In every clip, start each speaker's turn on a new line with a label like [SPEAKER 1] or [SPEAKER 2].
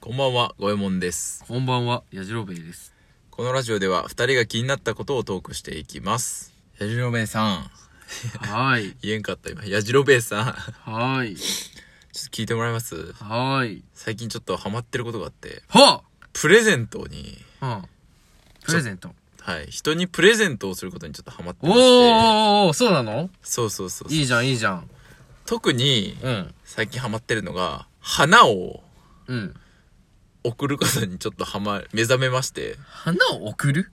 [SPEAKER 1] こんばんは、ごえもんです。
[SPEAKER 2] こんばんは、やじろべえです。
[SPEAKER 1] このラジオでは二人が気になったことをトークしていきます。やじろべえさん。
[SPEAKER 2] はーい。
[SPEAKER 1] 言えんかった今。やじろべえさん。 ちょ
[SPEAKER 2] はーい。
[SPEAKER 1] っと聞いてもらえます
[SPEAKER 2] はーい。
[SPEAKER 1] 最近ちょっとハマってることがあって、
[SPEAKER 2] は
[SPEAKER 1] プレゼントに、
[SPEAKER 2] あうん。プレゼント。
[SPEAKER 1] はい、人にプレゼントをすることにちょっとハマって
[SPEAKER 2] おー
[SPEAKER 1] ま
[SPEAKER 2] お
[SPEAKER 1] して、
[SPEAKER 2] ーおーそうなの
[SPEAKER 1] そうそうそうそう。
[SPEAKER 2] いいじゃん、いいじゃん。
[SPEAKER 1] 特に
[SPEAKER 2] うん。
[SPEAKER 1] 最近ハマってるのが、花を
[SPEAKER 2] うん。
[SPEAKER 1] 送ることにちょっとハマ、目覚めまして、
[SPEAKER 2] 花を送る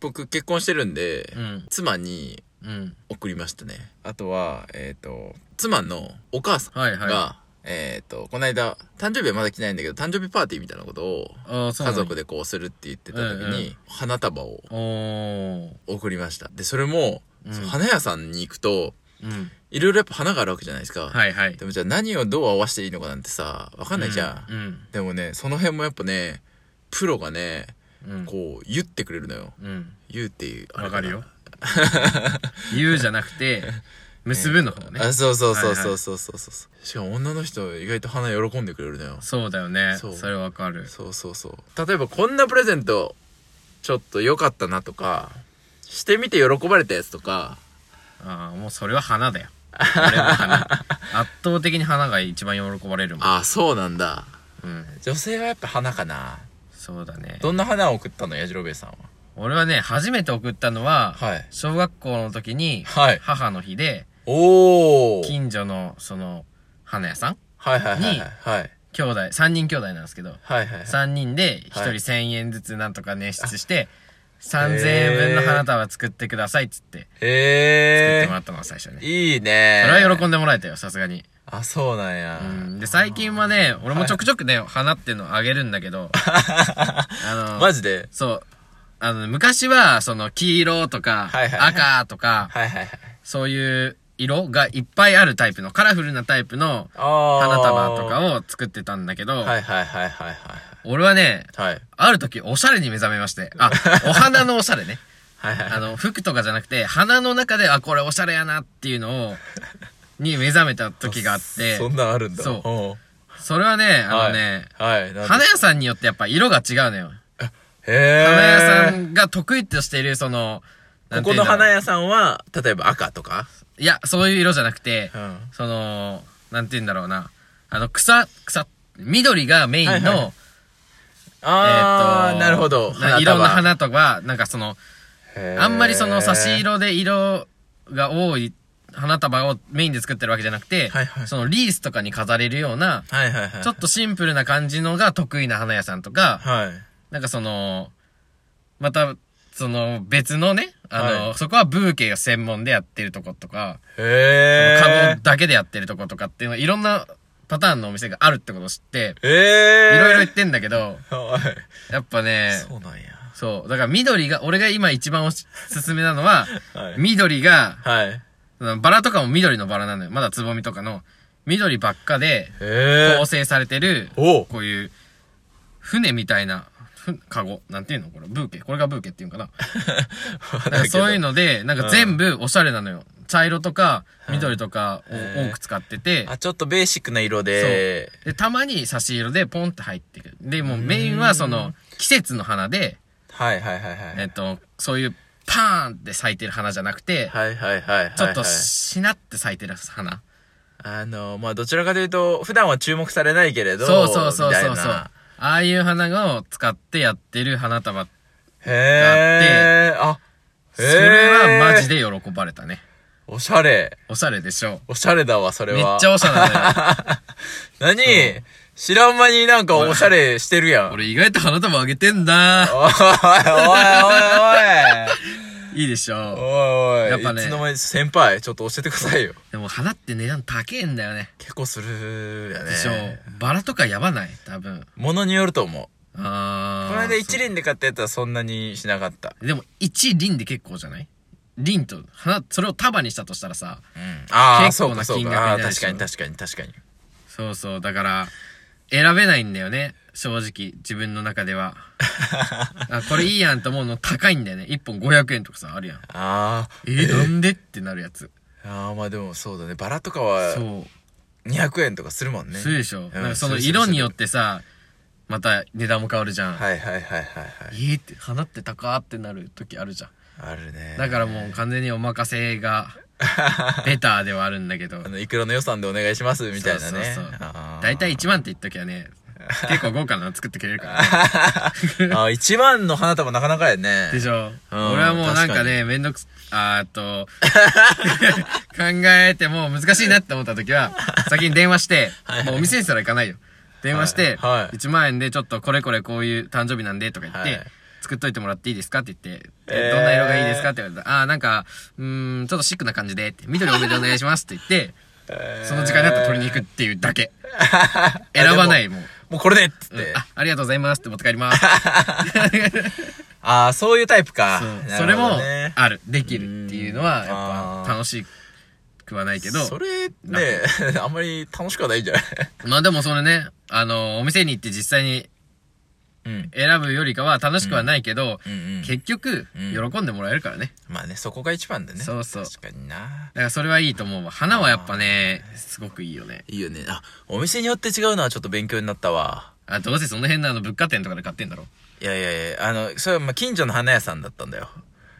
[SPEAKER 1] 僕結婚してるんで、
[SPEAKER 2] うん。
[SPEAKER 1] 妻に
[SPEAKER 2] うん。
[SPEAKER 1] 送りましたね。あとは、えっ、と、妻のお母さん。
[SPEAKER 2] はいはい。
[SPEAKER 1] が、えっ、と、この間、誕生日はまだ来てないんだけど、誕生日パーティーみたいなことを、
[SPEAKER 2] ああ、そう
[SPEAKER 1] 家
[SPEAKER 2] なの
[SPEAKER 1] 族でこうするって言ってた時
[SPEAKER 2] うんう
[SPEAKER 1] に、花束を
[SPEAKER 2] おー。
[SPEAKER 1] 送りました。で、それも、
[SPEAKER 2] うん
[SPEAKER 1] その花屋さんに行くと、
[SPEAKER 2] うん。
[SPEAKER 1] いろいろやっぱ花があるわけじゃないですか。
[SPEAKER 2] はいはい
[SPEAKER 1] で。もじゃあ何をどう合わせていいのかなんてさ、わかんないじゃん。
[SPEAKER 2] うん。
[SPEAKER 1] でもね、その辺もやっぱね、プロがね、
[SPEAKER 2] うん。
[SPEAKER 1] こう、言ってくれるのよ。
[SPEAKER 2] うん。
[SPEAKER 1] 言うっていう。あれな
[SPEAKER 2] わ かるよ。。言うじゃなくて、結ぶの方ね。
[SPEAKER 1] あ、そうそうそう
[SPEAKER 2] はい
[SPEAKER 1] そ
[SPEAKER 2] は
[SPEAKER 1] う
[SPEAKER 2] い
[SPEAKER 1] そうそうそう、しかも女の人意外と花喜んでくれるのよ。
[SPEAKER 2] そうだよね。
[SPEAKER 1] そう
[SPEAKER 2] それわかる。
[SPEAKER 1] そうそうそう例えばこんなプレゼントちょっと良かったなとかしてみて喜ばれたやつとか
[SPEAKER 2] ああ、もうそれは花だよ。俺は花。圧倒的に花が一番喜ばれるもん。
[SPEAKER 1] ああそうなんだ
[SPEAKER 2] うん。
[SPEAKER 1] 女性はやっぱ花かな
[SPEAKER 2] そうだね。
[SPEAKER 1] どんな花を送ったのやじろべえさんは
[SPEAKER 2] 俺はね、初めて送ったのは、
[SPEAKER 1] はい
[SPEAKER 2] 小学校の時に、
[SPEAKER 1] はい
[SPEAKER 2] 母の日で、
[SPEAKER 1] おおはい
[SPEAKER 2] 近所の、その、花屋さん
[SPEAKER 1] はいはいはい
[SPEAKER 2] に
[SPEAKER 1] はい
[SPEAKER 2] 兄弟、3人兄弟なんですけど、
[SPEAKER 1] はいはい
[SPEAKER 2] 3人で1人
[SPEAKER 1] はい
[SPEAKER 2] 1000円ずつなんとか捻出して、3000円分の花束作ってくださいっつって、作っ
[SPEAKER 1] へ
[SPEAKER 2] てもらったのが最初ね。
[SPEAKER 1] えいいね
[SPEAKER 2] それは喜
[SPEAKER 1] ん
[SPEAKER 2] んでもらえたよ、さすがに。
[SPEAKER 1] あそうなんや
[SPEAKER 2] うん。で、最近はね、俺もちょくちょくね、花っていうのをあげるんだけど、あの、
[SPEAKER 1] マジで
[SPEAKER 2] そう、あの、昔は、その、黄色とか
[SPEAKER 1] はいはい、はい
[SPEAKER 2] 赤とか、
[SPEAKER 1] はいはいはい
[SPEAKER 2] そういう色がいっぱいあるタイプの、カラフルなタイプの
[SPEAKER 1] あ
[SPEAKER 2] 花束と
[SPEAKER 1] を
[SPEAKER 2] かを作ってたんだけ
[SPEAKER 1] は
[SPEAKER 2] ど、
[SPEAKER 1] いはいはいはいはい
[SPEAKER 2] 俺はね、
[SPEAKER 1] はい
[SPEAKER 2] ある時おしゃれに目覚めまして、 あ、お花のおしゃれね。
[SPEAKER 1] はいはい
[SPEAKER 2] あの、服とかじゃなくて、花の中で、あ、これおしゃれやなっていうのを、に目覚めた時があって、
[SPEAKER 1] そんなんあるんだ
[SPEAKER 2] そうんそれはね、あのね、
[SPEAKER 1] はい。はい、なんで
[SPEAKER 2] 花屋さんによってやっぱ色が違うのよ。
[SPEAKER 1] へー
[SPEAKER 2] 花屋さんが得意としている、その、なん
[SPEAKER 1] こ
[SPEAKER 2] て
[SPEAKER 1] こ
[SPEAKER 2] いうん
[SPEAKER 1] の
[SPEAKER 2] だろう
[SPEAKER 1] 花屋さんは、例えば赤とか。
[SPEAKER 2] いや、そういう色じゃなくて、
[SPEAKER 1] ん
[SPEAKER 2] その、なんて言うんだろうな。あの、草、草、緑がメインの、
[SPEAKER 1] はいはい
[SPEAKER 2] え
[SPEAKER 1] あ
[SPEAKER 2] っ、
[SPEAKER 1] ー、
[SPEAKER 2] と、
[SPEAKER 1] なるほど。
[SPEAKER 2] ないろんな。花とか、なんかその、
[SPEAKER 1] へー
[SPEAKER 2] あんまりその差し。色で色が多い花束をメインで作ってるわけじゃなくて、
[SPEAKER 1] はいはい
[SPEAKER 2] そのリースとかに飾れるような、
[SPEAKER 1] はいはいはい。
[SPEAKER 2] ちょっとシンプルな感じのが得意な花屋さんとか、
[SPEAKER 1] はい。
[SPEAKER 2] なんかその、また、その別のね、あの、
[SPEAKER 1] はい
[SPEAKER 2] そこはブーケが専門でやってるとことか、
[SPEAKER 1] へ
[SPEAKER 2] その
[SPEAKER 1] ー
[SPEAKER 2] カゴだけでやってるとことかっていうのいろんなパターンのお店があるってことを知って、
[SPEAKER 1] え
[SPEAKER 2] い
[SPEAKER 1] ー。
[SPEAKER 2] ろいろ言ってんだけど、
[SPEAKER 1] はい。
[SPEAKER 2] やっぱね、
[SPEAKER 1] そうなんや。
[SPEAKER 2] そう。だから緑が、俺が今一番おすすめなのは、
[SPEAKER 1] はい
[SPEAKER 2] 緑が、
[SPEAKER 1] はい。へ
[SPEAKER 2] そのバラとかも緑のバラなのよ。まだつぼみとかの、緑ばっかで
[SPEAKER 1] え
[SPEAKER 2] 構。成されてる、
[SPEAKER 1] おう
[SPEAKER 2] こういう、船みたいな、ふカゴ。なんていうのこれ、ブーケ。これがブーケっていうんか な。なんかそういう
[SPEAKER 1] の。
[SPEAKER 2] ので、なんか全部おしゃれなのよ。茶色とか、緑とか
[SPEAKER 1] へ
[SPEAKER 2] を
[SPEAKER 1] ー
[SPEAKER 2] 多く使ってて、
[SPEAKER 1] あ、ちょっとベーシックな色で。
[SPEAKER 2] で、たまに差し色でポンって入ってくる。で、もうメインはその、季節の花で、
[SPEAKER 1] はいはいはいはい。
[SPEAKER 2] えっと、そういうパーンって咲いてる花じゃなくて、
[SPEAKER 1] はいはいはいはい。
[SPEAKER 2] ちょっとしなって咲いてる花。
[SPEAKER 1] あの、まあ、どちらかというと、普段は注目されないけれど。
[SPEAKER 2] そうそうそうそ
[SPEAKER 1] みた
[SPEAKER 2] うそ。
[SPEAKER 1] いうな
[SPEAKER 2] ああいう花を使ってやってる花束。
[SPEAKER 1] へー。あ、
[SPEAKER 2] それはマジで喜ばれたね。
[SPEAKER 1] おしゃれ。
[SPEAKER 2] おしゃれでしょ
[SPEAKER 1] おしゃれだわ、それ
[SPEAKER 2] めっ
[SPEAKER 1] は。
[SPEAKER 2] ちゃおしゃ れだ
[SPEAKER 1] 何、
[SPEAKER 2] ね。
[SPEAKER 1] 知らん間になんかおしゃれしてるやん。おいおい
[SPEAKER 2] 俺意外と花束あげてんだ。いいでし
[SPEAKER 1] おい
[SPEAKER 2] ょ。
[SPEAKER 1] おいおい
[SPEAKER 2] やっぱね
[SPEAKER 1] いつの間に先輩、ちょっと教えてくださいよ。
[SPEAKER 2] でも花って値段高えんだよね。
[SPEAKER 1] 結構するやね。
[SPEAKER 2] でしょ。バラとかやばない多分。
[SPEAKER 1] ものによると思う。
[SPEAKER 2] あ
[SPEAKER 1] こ
[SPEAKER 2] ー
[SPEAKER 1] の間一輪で買ったやつはそんなにしなかった。
[SPEAKER 2] でも一輪で結構じゃない輪と花、それを束にしたとしたらさ、
[SPEAKER 1] うん。ああ、
[SPEAKER 2] 結
[SPEAKER 1] そう
[SPEAKER 2] 構
[SPEAKER 1] か
[SPEAKER 2] な
[SPEAKER 1] そう
[SPEAKER 2] 金額に
[SPEAKER 1] か。あ
[SPEAKER 2] な
[SPEAKER 1] あー、
[SPEAKER 2] るで
[SPEAKER 1] 確
[SPEAKER 2] しょ
[SPEAKER 1] かに確かに確かに。
[SPEAKER 2] そうそう、だから、選べないんだよね。正直、自分の中 では。あ、これいいやんと思うの高いんだよね。1本500円とかさ、あるやん。
[SPEAKER 1] ああ。
[SPEAKER 2] えー、なんでってなるやつ。
[SPEAKER 1] ああ、まあでもそうだね。バラとかは
[SPEAKER 2] そう。
[SPEAKER 1] 200円とかするもんね。
[SPEAKER 2] するでしょ、
[SPEAKER 1] ん
[SPEAKER 2] なんかその
[SPEAKER 1] するする
[SPEAKER 2] 色によってさ、また値段も変わるじゃん。
[SPEAKER 1] はいはいはいはいはい。
[SPEAKER 2] えーって、花って高ってなる時あるじゃん。
[SPEAKER 1] あるね。
[SPEAKER 2] だからもう完全にお任せが、 ベターではあるんだけど
[SPEAKER 1] あ。の、いくらの予算でお願いしますみたいなね。
[SPEAKER 2] そうそうそう
[SPEAKER 1] あー
[SPEAKER 2] 大体1万って言っときゃね、結構豪華なの作ってくれるから、ね。
[SPEAKER 1] あ、1万の花束なかなかやね。
[SPEAKER 2] でしょ、
[SPEAKER 1] うん
[SPEAKER 2] 俺はもうなん
[SPEAKER 1] 確
[SPEAKER 2] か
[SPEAKER 1] か
[SPEAKER 2] ね、めんどくす、あーっ と、考えてもう難しいなって思った 時は、先に電話して、もうお店にすら行かないよ。電話して、
[SPEAKER 1] はいはい
[SPEAKER 2] 1万円でちょっとこれこれこういう誕生日なんでとか言って、
[SPEAKER 1] はい
[SPEAKER 2] 作っといてもらっていいですかって言って、
[SPEAKER 1] えー
[SPEAKER 2] どんな色がいいですかって言われたら、あーなんか、うーん、ちょっとシックな感じでって、緑多めでお願いしますって言って、
[SPEAKER 1] えー
[SPEAKER 2] その時間になったら取りに行くっていうだ け。選ばない、もう。
[SPEAKER 1] もうこれでっつっ
[SPEAKER 2] うん
[SPEAKER 1] て。
[SPEAKER 2] あ、ありがとうございますって持って帰 ります。
[SPEAKER 1] ああ、そういうタイプか
[SPEAKER 2] そう。
[SPEAKER 1] な
[SPEAKER 2] そ
[SPEAKER 1] る
[SPEAKER 2] れ
[SPEAKER 1] ほ
[SPEAKER 2] も
[SPEAKER 1] どね
[SPEAKER 2] あるできるっていうのは
[SPEAKER 1] うん
[SPEAKER 2] や
[SPEAKER 1] あー
[SPEAKER 2] っぱ楽しくはないけど
[SPEAKER 1] それね、あんまり楽しくはないんじゃない
[SPEAKER 2] まあでもそれねあのお店に行って実際に
[SPEAKER 1] うん。
[SPEAKER 2] 選ぶよりかは楽しくはないけど、
[SPEAKER 1] うんうん。
[SPEAKER 2] 結局
[SPEAKER 1] うん
[SPEAKER 2] 喜んでもらえるからね、
[SPEAKER 1] まあね、そこが一番でね。
[SPEAKER 2] そうそう
[SPEAKER 1] 確かにな。
[SPEAKER 2] だからそれはいいと思うわ花はやっぱねすごくいいよね
[SPEAKER 1] いいよね。あ、お店によって違うのはちょっと勉強になったわ。
[SPEAKER 2] あどうせその辺のあの物価店とかで買ってんだろ
[SPEAKER 1] いやいやいや、あの、それはまあ近所の花屋さんだったんだよ。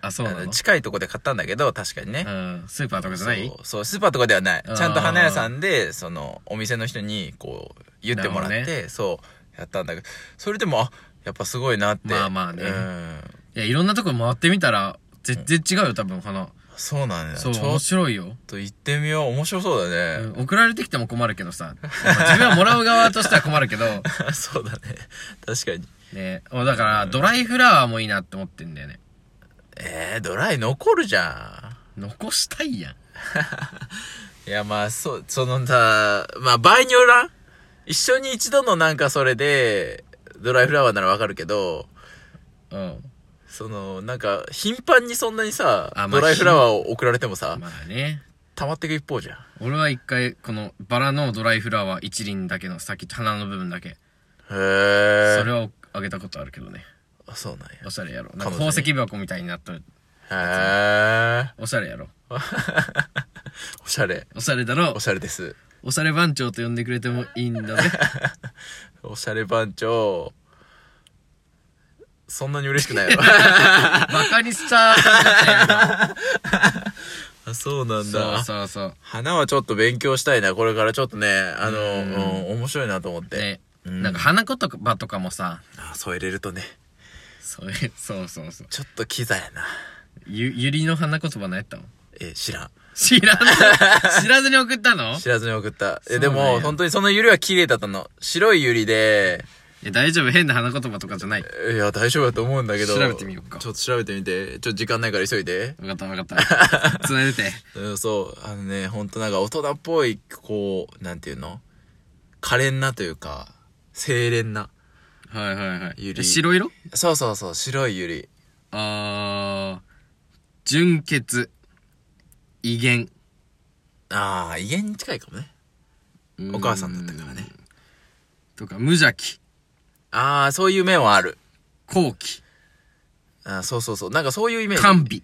[SPEAKER 2] あそうなの
[SPEAKER 1] あの近いとこで買ったんだけど、確かにね。
[SPEAKER 2] うんスーパーとかじゃな
[SPEAKER 1] そ
[SPEAKER 2] い
[SPEAKER 1] うそうスーパーとかではない
[SPEAKER 2] あー
[SPEAKER 1] ちゃんと花屋さんでそのお店の人にこう言ってもらっ
[SPEAKER 2] なる
[SPEAKER 1] て、
[SPEAKER 2] ほど
[SPEAKER 1] そうやったんだけどそれでもあやっぱすごいなって
[SPEAKER 2] まあまあね
[SPEAKER 1] うん
[SPEAKER 2] いやいろんなとこ回ってみたら全然違うよ多分花
[SPEAKER 1] そうなんだ
[SPEAKER 2] そ
[SPEAKER 1] ちょ
[SPEAKER 2] う
[SPEAKER 1] っ
[SPEAKER 2] 面白いよ
[SPEAKER 1] と行ってみよう面白そうだね、
[SPEAKER 2] うん送られてきても困るけどさ 自分はもらう側としては困るけど
[SPEAKER 1] そうだね確かに
[SPEAKER 2] ねおだからドライフラワーもいいなって思ってんだよね
[SPEAKER 1] えー、ドライ残るじゃ
[SPEAKER 2] 残したいやん
[SPEAKER 1] んいやまあそうそのさまあ場合によらん一緒に一度のなんかそれでドライフラワーならわかるけど
[SPEAKER 2] うん
[SPEAKER 1] そのなんか頻繁にそんなにさ、
[SPEAKER 2] あまあ
[SPEAKER 1] ドライフラワーを送られてもさ、
[SPEAKER 2] まあね
[SPEAKER 1] 溜まっていく一方じゃん。
[SPEAKER 2] 俺は一回このバラのドライフラワー一輪だけの先花の部分だけ
[SPEAKER 1] へ
[SPEAKER 2] それをあげたことあるけどね
[SPEAKER 1] あ、そうなん
[SPEAKER 2] おしゃれやろなんか
[SPEAKER 1] 彼女
[SPEAKER 2] 宝
[SPEAKER 1] に
[SPEAKER 2] 石箱みたいになっとる
[SPEAKER 1] や。へえ。
[SPEAKER 2] おしゃれやろ
[SPEAKER 1] おしゃれ。
[SPEAKER 2] おしゃれだろ
[SPEAKER 1] おしゃれです。
[SPEAKER 2] おしゃれ番長と呼んでくれてもいいんだ ぜ
[SPEAKER 1] おしゃれ番長。そんなに嬉しくないわ。
[SPEAKER 2] バカにしちゃう
[SPEAKER 1] あ、そうなん
[SPEAKER 2] そう
[SPEAKER 1] だ。
[SPEAKER 2] そうそう
[SPEAKER 1] 花はちょっと勉強したいな。これからちょっとね、あの、うん、面白いなと思って。
[SPEAKER 2] で、
[SPEAKER 1] うん
[SPEAKER 2] なんか花言葉とかもさ
[SPEAKER 1] あ、添えれるとね、
[SPEAKER 2] そういうそうそうそう
[SPEAKER 1] ちょっとキザやな。
[SPEAKER 2] ゆゆりの花言葉何やったの
[SPEAKER 1] え、知らん。
[SPEAKER 2] 知ら ん知らずに送ったのい
[SPEAKER 1] 知らずに送った。
[SPEAKER 2] そ
[SPEAKER 1] え、
[SPEAKER 2] うな
[SPEAKER 1] で
[SPEAKER 2] んや
[SPEAKER 1] も、本当にそのゆりは綺麗だったの。白いゆりで、
[SPEAKER 2] や大丈夫変な花言葉とかじゃな
[SPEAKER 1] い
[SPEAKER 2] い
[SPEAKER 1] や、大丈夫だと思うんだけど。
[SPEAKER 2] 調べてみようか
[SPEAKER 1] ちょっと調べてみて。ちょっと時間ないから急いで。
[SPEAKER 2] 分かった分かったつないでて
[SPEAKER 1] うん、そう。あのね、ほんとなんか大人っぽい、こう、なんていうの可憐なというか、清廉な。
[SPEAKER 2] はいはいはい
[SPEAKER 1] ゆり
[SPEAKER 2] え白色
[SPEAKER 1] そうそうそう、白いゆり。
[SPEAKER 2] あー純潔威厳
[SPEAKER 1] ああ、威厳に近いかもね。お母さんだったからね
[SPEAKER 2] うーんとか無邪気
[SPEAKER 1] ああ、そういう面はある。
[SPEAKER 2] 好奇
[SPEAKER 1] あーそうそうそう。なんかそういうイメージ。
[SPEAKER 2] 甘美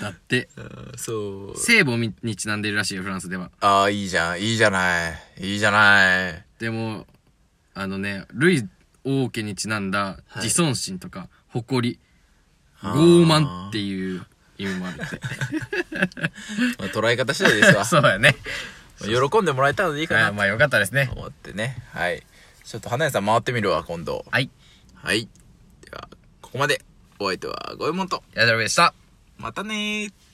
[SPEAKER 2] だって
[SPEAKER 1] うんそう。
[SPEAKER 2] 聖母にちなんでるらしいよフランスでは
[SPEAKER 1] ああ、いいじゃん。いいじゃない。いいじゃない。
[SPEAKER 2] でもあのねルイ王家にちなんだ
[SPEAKER 1] い
[SPEAKER 2] 自尊心とか誇り、
[SPEAKER 1] あー
[SPEAKER 2] 傲慢っていう意味もあるって
[SPEAKER 1] まあ、捉え方次第ですわ
[SPEAKER 2] 。そうやね
[SPEAKER 1] まあ喜んでもらえたのでいいか
[SPEAKER 2] は
[SPEAKER 1] ないと
[SPEAKER 2] まあよかったですね
[SPEAKER 1] 思ってね。はい。ちょっと花屋さん回ってみるわ、今度。
[SPEAKER 2] はい
[SPEAKER 1] はい。では、ここまで。お相手は、ごえもんと。
[SPEAKER 2] 矢田部でした
[SPEAKER 1] またねー。